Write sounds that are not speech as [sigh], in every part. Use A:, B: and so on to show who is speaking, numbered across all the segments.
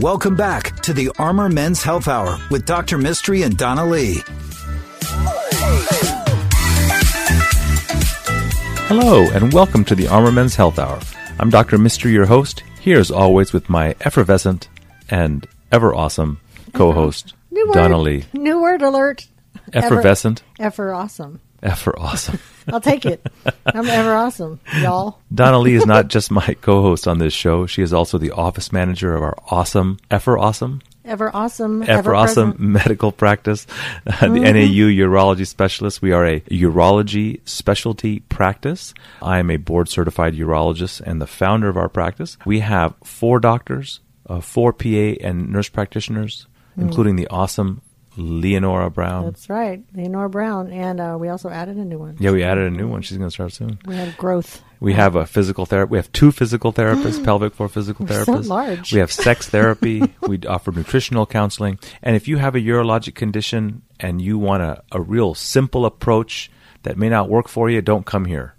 A: Welcome back to the Armor Men's Health Hour with Dr. Mystery and Donna Lee.
B: Hello, and welcome to the Armor Men's Health Hour. I'm Dr. Mystery, your host, here as always with my effervescent and ever awesome co host,
C: Uh-huh. New word.
B: Donna Lee.
C: New word alert.
B: Effervescent,
C: Ever awesome.
B: ever
C: [laughs]
B: awesome.
C: I'll take
B: [laughs]
C: it. I'm ever awesome, y'all.
B: Donna Lee is not just my co host on this show, she is also the office manager of our awesome, ever awesome,
C: [laughs] Ever awesome.
B: ever awesome
C: present. Mm-hmm.
B: medical practice, Uh, the NAU urology specialist. We are a urology specialty practice. I am a board certified urologist and the founder of our practice. We have four doctors, uh, four PA and nurse practitioners, including the awesome Leonora Brown.
C: Mm. That's right. Leonora Brown. And uh, we also added a new one.
B: yeah, we added a new one. She's going to start soon.
C: We have growth. [laughs]
B: We have a physical therapist. We have two physical
C: [gasps]
B: therapists, pelvic floor physical
C: We're so
B: therapists.
C: large.
B: We have
C: [laughs]
B: sex therapy. we offer nutritional counseling. And if you have a urologic condition and you want a, a real simple approach that may not work for you, don't come here.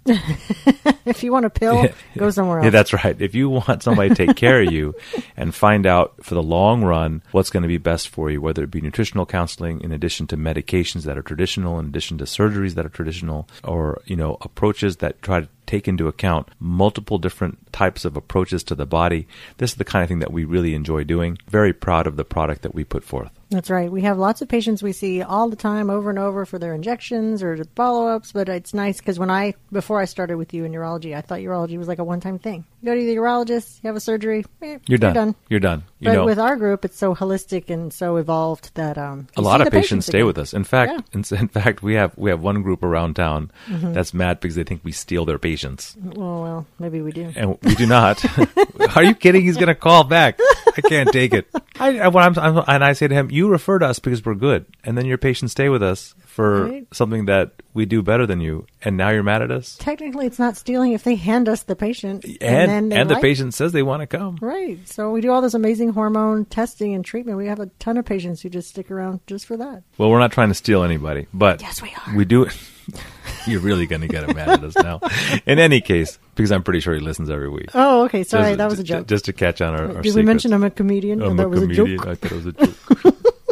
C: If you want a pill, go somewhere else.
B: Yeah, that's right. If you want somebody to take care of
C: [laughs]
B: you and find out for the long run what's going to be best for you, whether it be nutritional counseling in addition to medications that are traditional, in addition to surgeries that are traditional, or, you know, approaches that try to take into account multiple different types of approaches to the body, this is the kind of thing that we really enjoy doing. Very proud of the product that we put forth.
C: That's right. We have lots of patients we see all the time, over and over, for their injections or follow ups. But it's nice because when I, before I started with you in urology, I thought urology was like a one time thing. You go to the urologist, you have a surgery, eh,
B: You're done.
C: You're done.
B: You're done. You
C: But
B: know,
C: with our group, it's so holistic and so evolved that um,
B: a
C: you
B: lot
C: see
B: of
C: the
B: patients stay
C: again.
B: with us. In fact,
C: Yeah. Mm-hmm.
B: in, in fact, we have we have one group around town that's mad because they think we steal their patients,
C: Well, well, maybe we do.
B: and we do not. [laughs] Are you kidding? He's going to call back. I can't take it. I, I, when I'm, I'm, and I say to him, "You refer to us because we're good, and then your patients stay with us for
C: Right.
B: something that we do better than you, and now you're mad at us."
C: Technically, it's not stealing if they hand us the patient, and,
B: And
C: then
B: and,
C: they
B: the
C: like-
B: patient says they want to come.
C: Right. So we do all this amazing hormone testing and treatment. We have a ton of patients who just stick around just for that.
B: Well, we're not trying to steal anybody, but
C: Yes, we are.
B: We do. [laughs] you're really going to get him mad at us now. In any case, because I'm pretty sure he listens every week.
C: Oh, okay. Sorry,
B: Just-
C: that was a
B: ju-
C: joke.
B: Just to catch on our, our
C: Did we
B: secrets.
C: mention I'm a comedian?
B: I'm
C: and that was a
B: comedian.
C: joke.
B: I thought it was a joke. [laughs]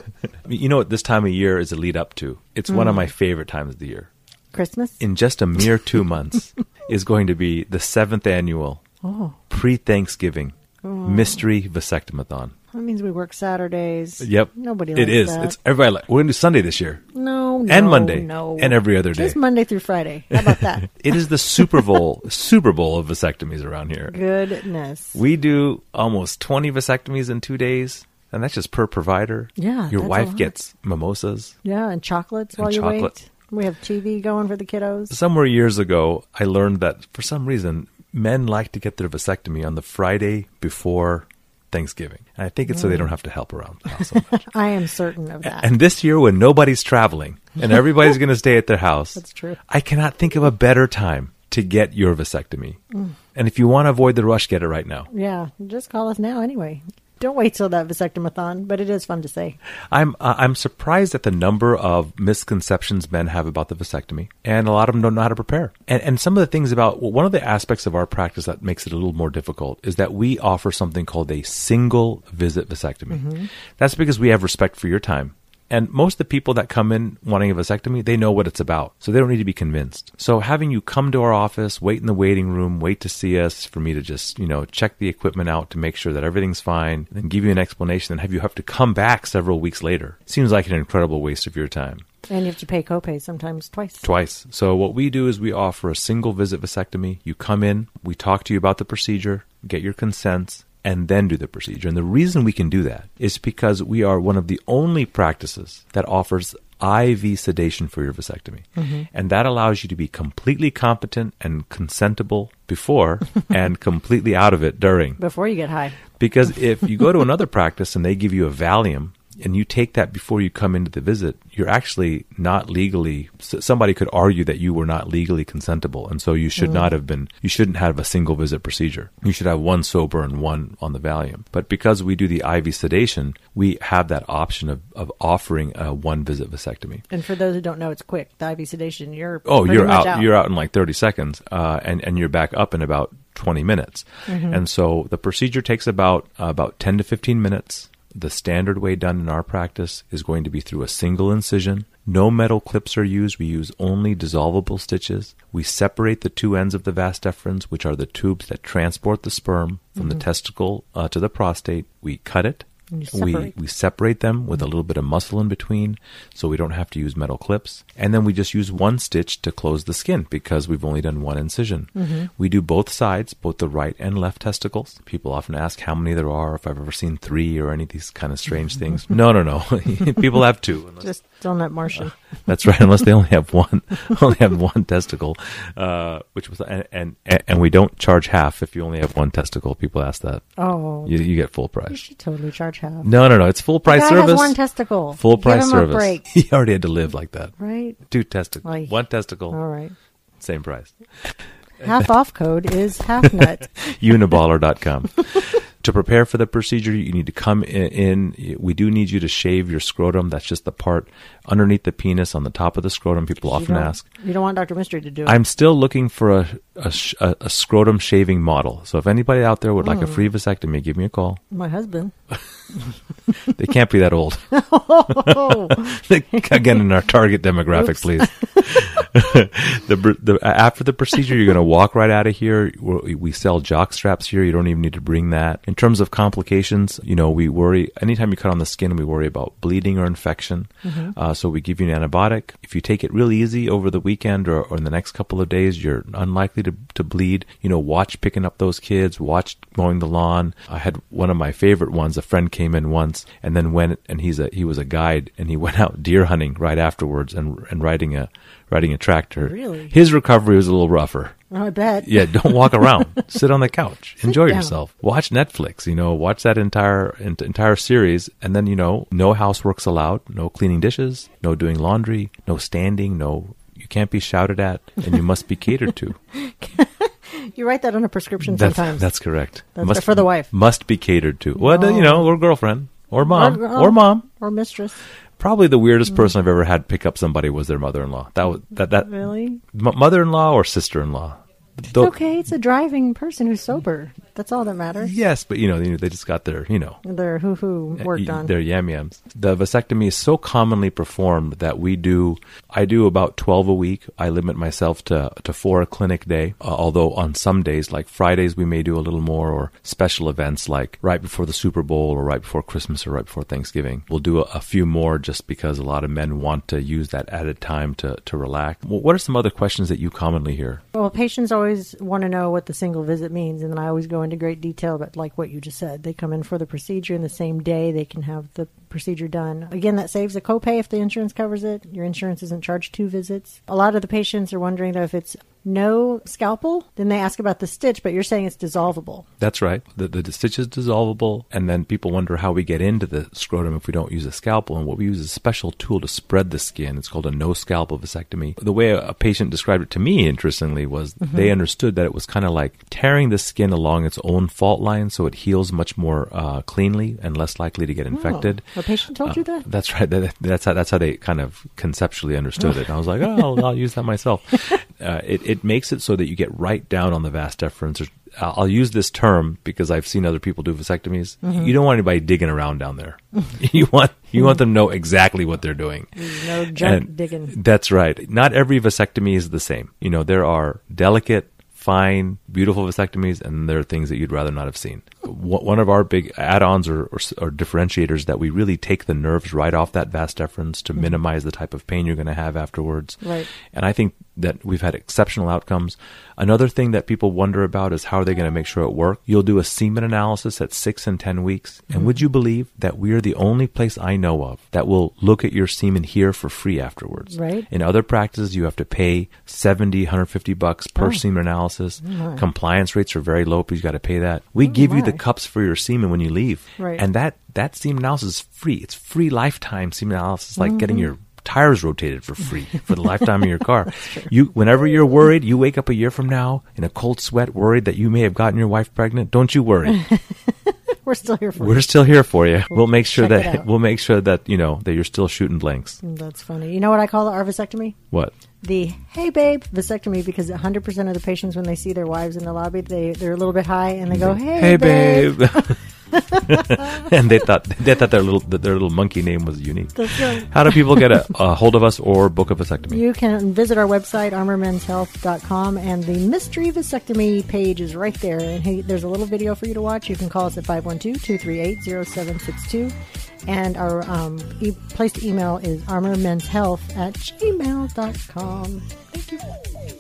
B: you know what this time of year is a lead up to? It's one
C: Mm.
B: of my favorite times of the year.
C: Christmas.
B: In just a mere two
C: [laughs]
B: months is going to be the seventh annual
C: oh,
B: pre Thanksgiving mystery vasectomathon.
C: that means we work Saturdays.
B: Yep.
C: Nobody.
B: It
C: likes
B: is.
C: That.
B: It's everybody like we're gonna do Sunday this year.
C: no, no.
B: and Monday,
C: No.
B: and every other day.
C: Just Monday through Friday. How
B: [laughs]
C: about that?
B: It is the Super Bowl [laughs] Super Bowl of vasectomies around here.
C: Goodness.
B: We do almost 20 vasectomies in two days, and that's just per provider.
C: Yeah,
B: Your
C: that's a
B: wife
C: lot.
B: gets mimosas.
C: Yeah, and chocolates while
B: And
C: you
B: chocolate.
C: wait. We have TV going for the kiddos.
B: Somewhere years ago, I learned that for some reason, men like to get their vasectomy on the Friday before Thanksgiving. And I think it's so they don't have to help around the house. so
C: [laughs]
B: much.
C: I am certain of that.
B: and this year, when nobody's traveling and everybody's going to stay at their house,
C: That's true.
B: I cannot think of a better time to get your vasectomy.
C: Mm.
B: And if you want to avoid the rush, get it right now.
C: Yeah, just call us now anyway. Don't wait till that vasectomathon, but it is fun to say.
B: I'm uh, I'm surprised at the number of misconceptions men have about the vasectomy, and a lot of them don't know how to prepare. And and some of the things about well, one of the aspects of our practice that makes it a little more difficult is that we offer something called a single visit vasectomy. That's because we have respect for your time. And most of the people that come in wanting a vasectomy, they know what it's about. So they don't need to be convinced. So having you come to our office, wait in the waiting room, wait to see us, for me to just, you know, check the equipment out to make sure that everything's fine, then give you an explanation, and have you have to come back several weeks later. Seems like an incredible waste of your time.
C: And you have to pay copays sometimes twice.
B: Twice. So what we do is we offer a single visit vasectomy. You come in, we talk to you about the procedure, get your consents, and then do the procedure. And the reason we can do that is because we are one of the only practices that offers IV sedation for your vasectomy. And that allows you to be completely competent and consentable before and completely out of it during.
C: Before you get high.
B: Because if you go to another practice and they give you a Valium, and you take that before you come into the visit, you're actually not legally. s- Somebody could argue that you were not legally consentable, and so you should not have been. You shouldn't have a single visit procedure. You should have one sober and one on the Valium. But because we do the IV sedation, we have that option of, of offering a one visit vasectomy.
C: And for those who don't know, it's quick. The IV sedation, you're
B: Oh,
C: pretty
B: you're
C: much
B: out, You're out in like 30 seconds, uh, and and you're back up in about 20 minutes.
C: Mm-hmm.
B: And so the procedure takes about uh, about 10 to 15 minutes. The standard way done in our practice is going to be through a single incision. No metal clips are used. We use only dissolvable stitches. We separate the two ends of the vas deferens, which are the tubes that transport the sperm from the testicle uh, to the prostate. We cut it.
C: Mm-hmm. And you
B: We
C: separate.
B: we separate them with a little bit of muscle in between so we don't have to use metal clips. And then we just use one stitch to close the skin because we've only done one incision.
C: Mm-hmm.
B: We do both sides, both the right and left testicles. People often ask how many there are, if I've ever seen three or any of these kind of
C: [laughs]
B: strange things. No, no, [laughs] no. People have two. unless-
C: Just donut Martian.
B: that's right, unless they only have one, [laughs] only have one testicle, uh, which was and, and and we don't charge half if you only have one testicle. People ask that.
C: Oh,
B: You, you get full
C: you
B: price.
C: should totally charge half.
B: No, no, no. It's full price
C: Guy
B: service.
C: has one testicle.
B: Full price
C: Give him
B: service.
C: A
B: [laughs]
C: break,
B: He already had to live like that.
C: right?
B: Two testicles.
C: Oy.
B: One testicle,
C: All right.
B: same price.
C: Half off code is
B: [laughs]
C: half nut. [laughs]
B: Uniballer.com. to prepare for the procedure, you need to come i- in. We do need you to shave your scrotum. That's just the part underneath the penis on the top of the scrotum. People
C: You
B: often
C: don't-
B: ask.
C: You don't want Doctor Mystery to do it.
B: I'm still looking for a, a, sh- a, a scrotum shaving model. So if anybody out there would like
C: Hmm.
B: a free vasectomy, give me a call.
C: My husband.
B: They can't be that old. [laughs]
C: Oh,
B: Again, in our target demographic, please. the, br- the, after the procedure, you're going to walk right out of here. We we sell jock straps here. You don't even need to bring that. In terms of complications, you know, we worry, anytime you cut on the skin, we worry about bleeding or infection. Uh, so we give you an antibiotic. If you take it really easy over the weekend or, or in the next couple of days, you're unlikely to, to bleed. You know, watch picking up those kids, watch mowing the lawn. I had one of my favorite ones. A friend came in once and then went, and he's a, he was a guide and he [laughs] went out deer hunting right afterwards and, and riding a, riding a tractor.
C: Really?
B: His recovery was a little rougher.
C: I bet. [laughs]
B: Yeah, don't walk around. Sit on the couch. Enjoy
C: down.
B: yourself. Watch Netflix, you know, watch that entire en- entire series and then, you know, no housework's allowed, no cleaning dishes, no doing laundry, no standing, no you can't be shouted at and you must be catered to.
C: You write that on a prescription
B: That's,
C: [laughs] sometimes.
B: that's correct.
C: That's for the wife. Oh.
B: Must be catered to. Well, you know, or girlfriend, or mom,
C: Or- oh,
B: or mom.
C: or mistress.
B: Probably the
C: Mm.
B: weirdest person I've ever had pick up somebody was their mother-in-law. That was that that
C: Really?
B: m- mother-in-law or sister-in-law.
C: It's okay. It's a driving person who's sober. That's all that matters.
B: Yes, but you know, they, they just got their, you know,
C: They're hoo hoo worked
B: y-
C: on.
B: their yam yams. The vasectomy is so commonly performed that we do, I do about 12 a week. I limit myself to, to four a clinic day, uh, although on some days, like Fridays, we may do a little more or special events like right before the Super Bowl or right before Christmas or right before Thanksgiving. We'll do a, a few more just because a lot of men want to use that added time to, to relax. Well, what are some other questions that you commonly hear?
C: Well, patients always want to know what the single visit means, and then I always go into great detail about like what you just said. They come in for the procedure in the same day; they can have the procedure done. Again, that saves a copay if the insurance covers it. Your insurance isn't charged two visits. A lot of the patients are wondering though if it's no scalpel, then they ask about the stitch, but you're saying it's dissolvable.
B: That's right. The, the stitch is dissolvable, and then people wonder how we get into the scrotum if we don't use a scalpel. And what we use is a special tool to spread the skin. It's called a no scalpel vasectomy. The way a, a patient described it to me, interestingly, was they understood that it was kind of like tearing the skin along its own fault line so it heals much more uh, cleanly and less likely to get infected.
C: a patient told
B: Uh,
C: you that?
B: That's right. That- that's how that's how they kind of conceptually understood it. And I was like, oh, I'll, I'll use that
C: [laughs]
B: myself. Uh, it it makes it so that you get right down on the vas deferens. Or, I'll I'll use this term because I've seen other people do vasectomies.
C: Mm-hmm.
B: You don't want anybody digging around down
C: [laughs]
B: there. you want you want them to know exactly what they're doing.
C: No junk
B: Uh, And
C: digging.
B: That's right. Not every vasectomy is the same. You know, there are delicate, fine, beautiful vasectomies, and there are things that you'd rather not have seen. Wh- One of our big add-ons or, or, s- or differentiators that we really take the nerves right off that vas deferens to minimize the type of pain you're going to have afterwards.
C: Mm-hmm. Right.
B: And I think that we've had exceptional outcomes. Another thing that people wonder about is how are they going to make sure it works? You'll do a semen analysis at six and 10 weeks.
C: Mm-hmm.
B: And would you believe that we are the only place I know of that will look at your semen here for free afterwards?
C: Right.
B: In other practices, you have to pay 70, 150 bucks per
C: Oh. Oh,
B: semen analysis. Compliance rates are very low, but you got to pay that. We give you the
C: my.
B: cups for your semen when you leave.
C: Right.
B: And that, that semen analysis is free. It's free lifetime semen analysis, like getting
C: Mm-hmm.
B: your tires rotated for
C: [laughs]
B: free for the lifetime of your car. You whenever you're worried, you wake up a year from now in a cold sweat worried that you may have gotten your wife pregnant. Don't you
C: [laughs]
B: worry.
C: We're still here for
B: We're still here for you. We'll make sure
C: check it
B: that
C: out.
B: we'll make sure that, you know, that you're still shooting blanks.
C: you. Mm, That's funny. You know what I call our vasectomy?
B: What?
C: the hey babe vasectomy because 100% of the patients when they see their wives in the lobby they, they're a little bit high and they go Oh, hey,
B: Mm-hmm. Hey babe.
C: [laughs]
B: [laughs] and they thought they thought their little that their little monkey name was unique.
C: That's right.
B: How do people get a, a hold of us or book a vasectomy?
C: you can visit our website armormenshealth.com and the mystery vasectomy page is right there and hey, there's a little video for you to watch you can call us at 512-238-0762 and our um, e- place to email is armormenshealth at gmail.com thank you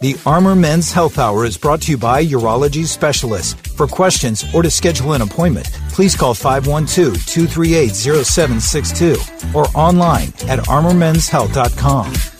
A: The Armor Men's Health Hour is brought to you by urology specialists. For questions or to schedule an appointment, please call 512 238 0762 or online at armormenshealth.com.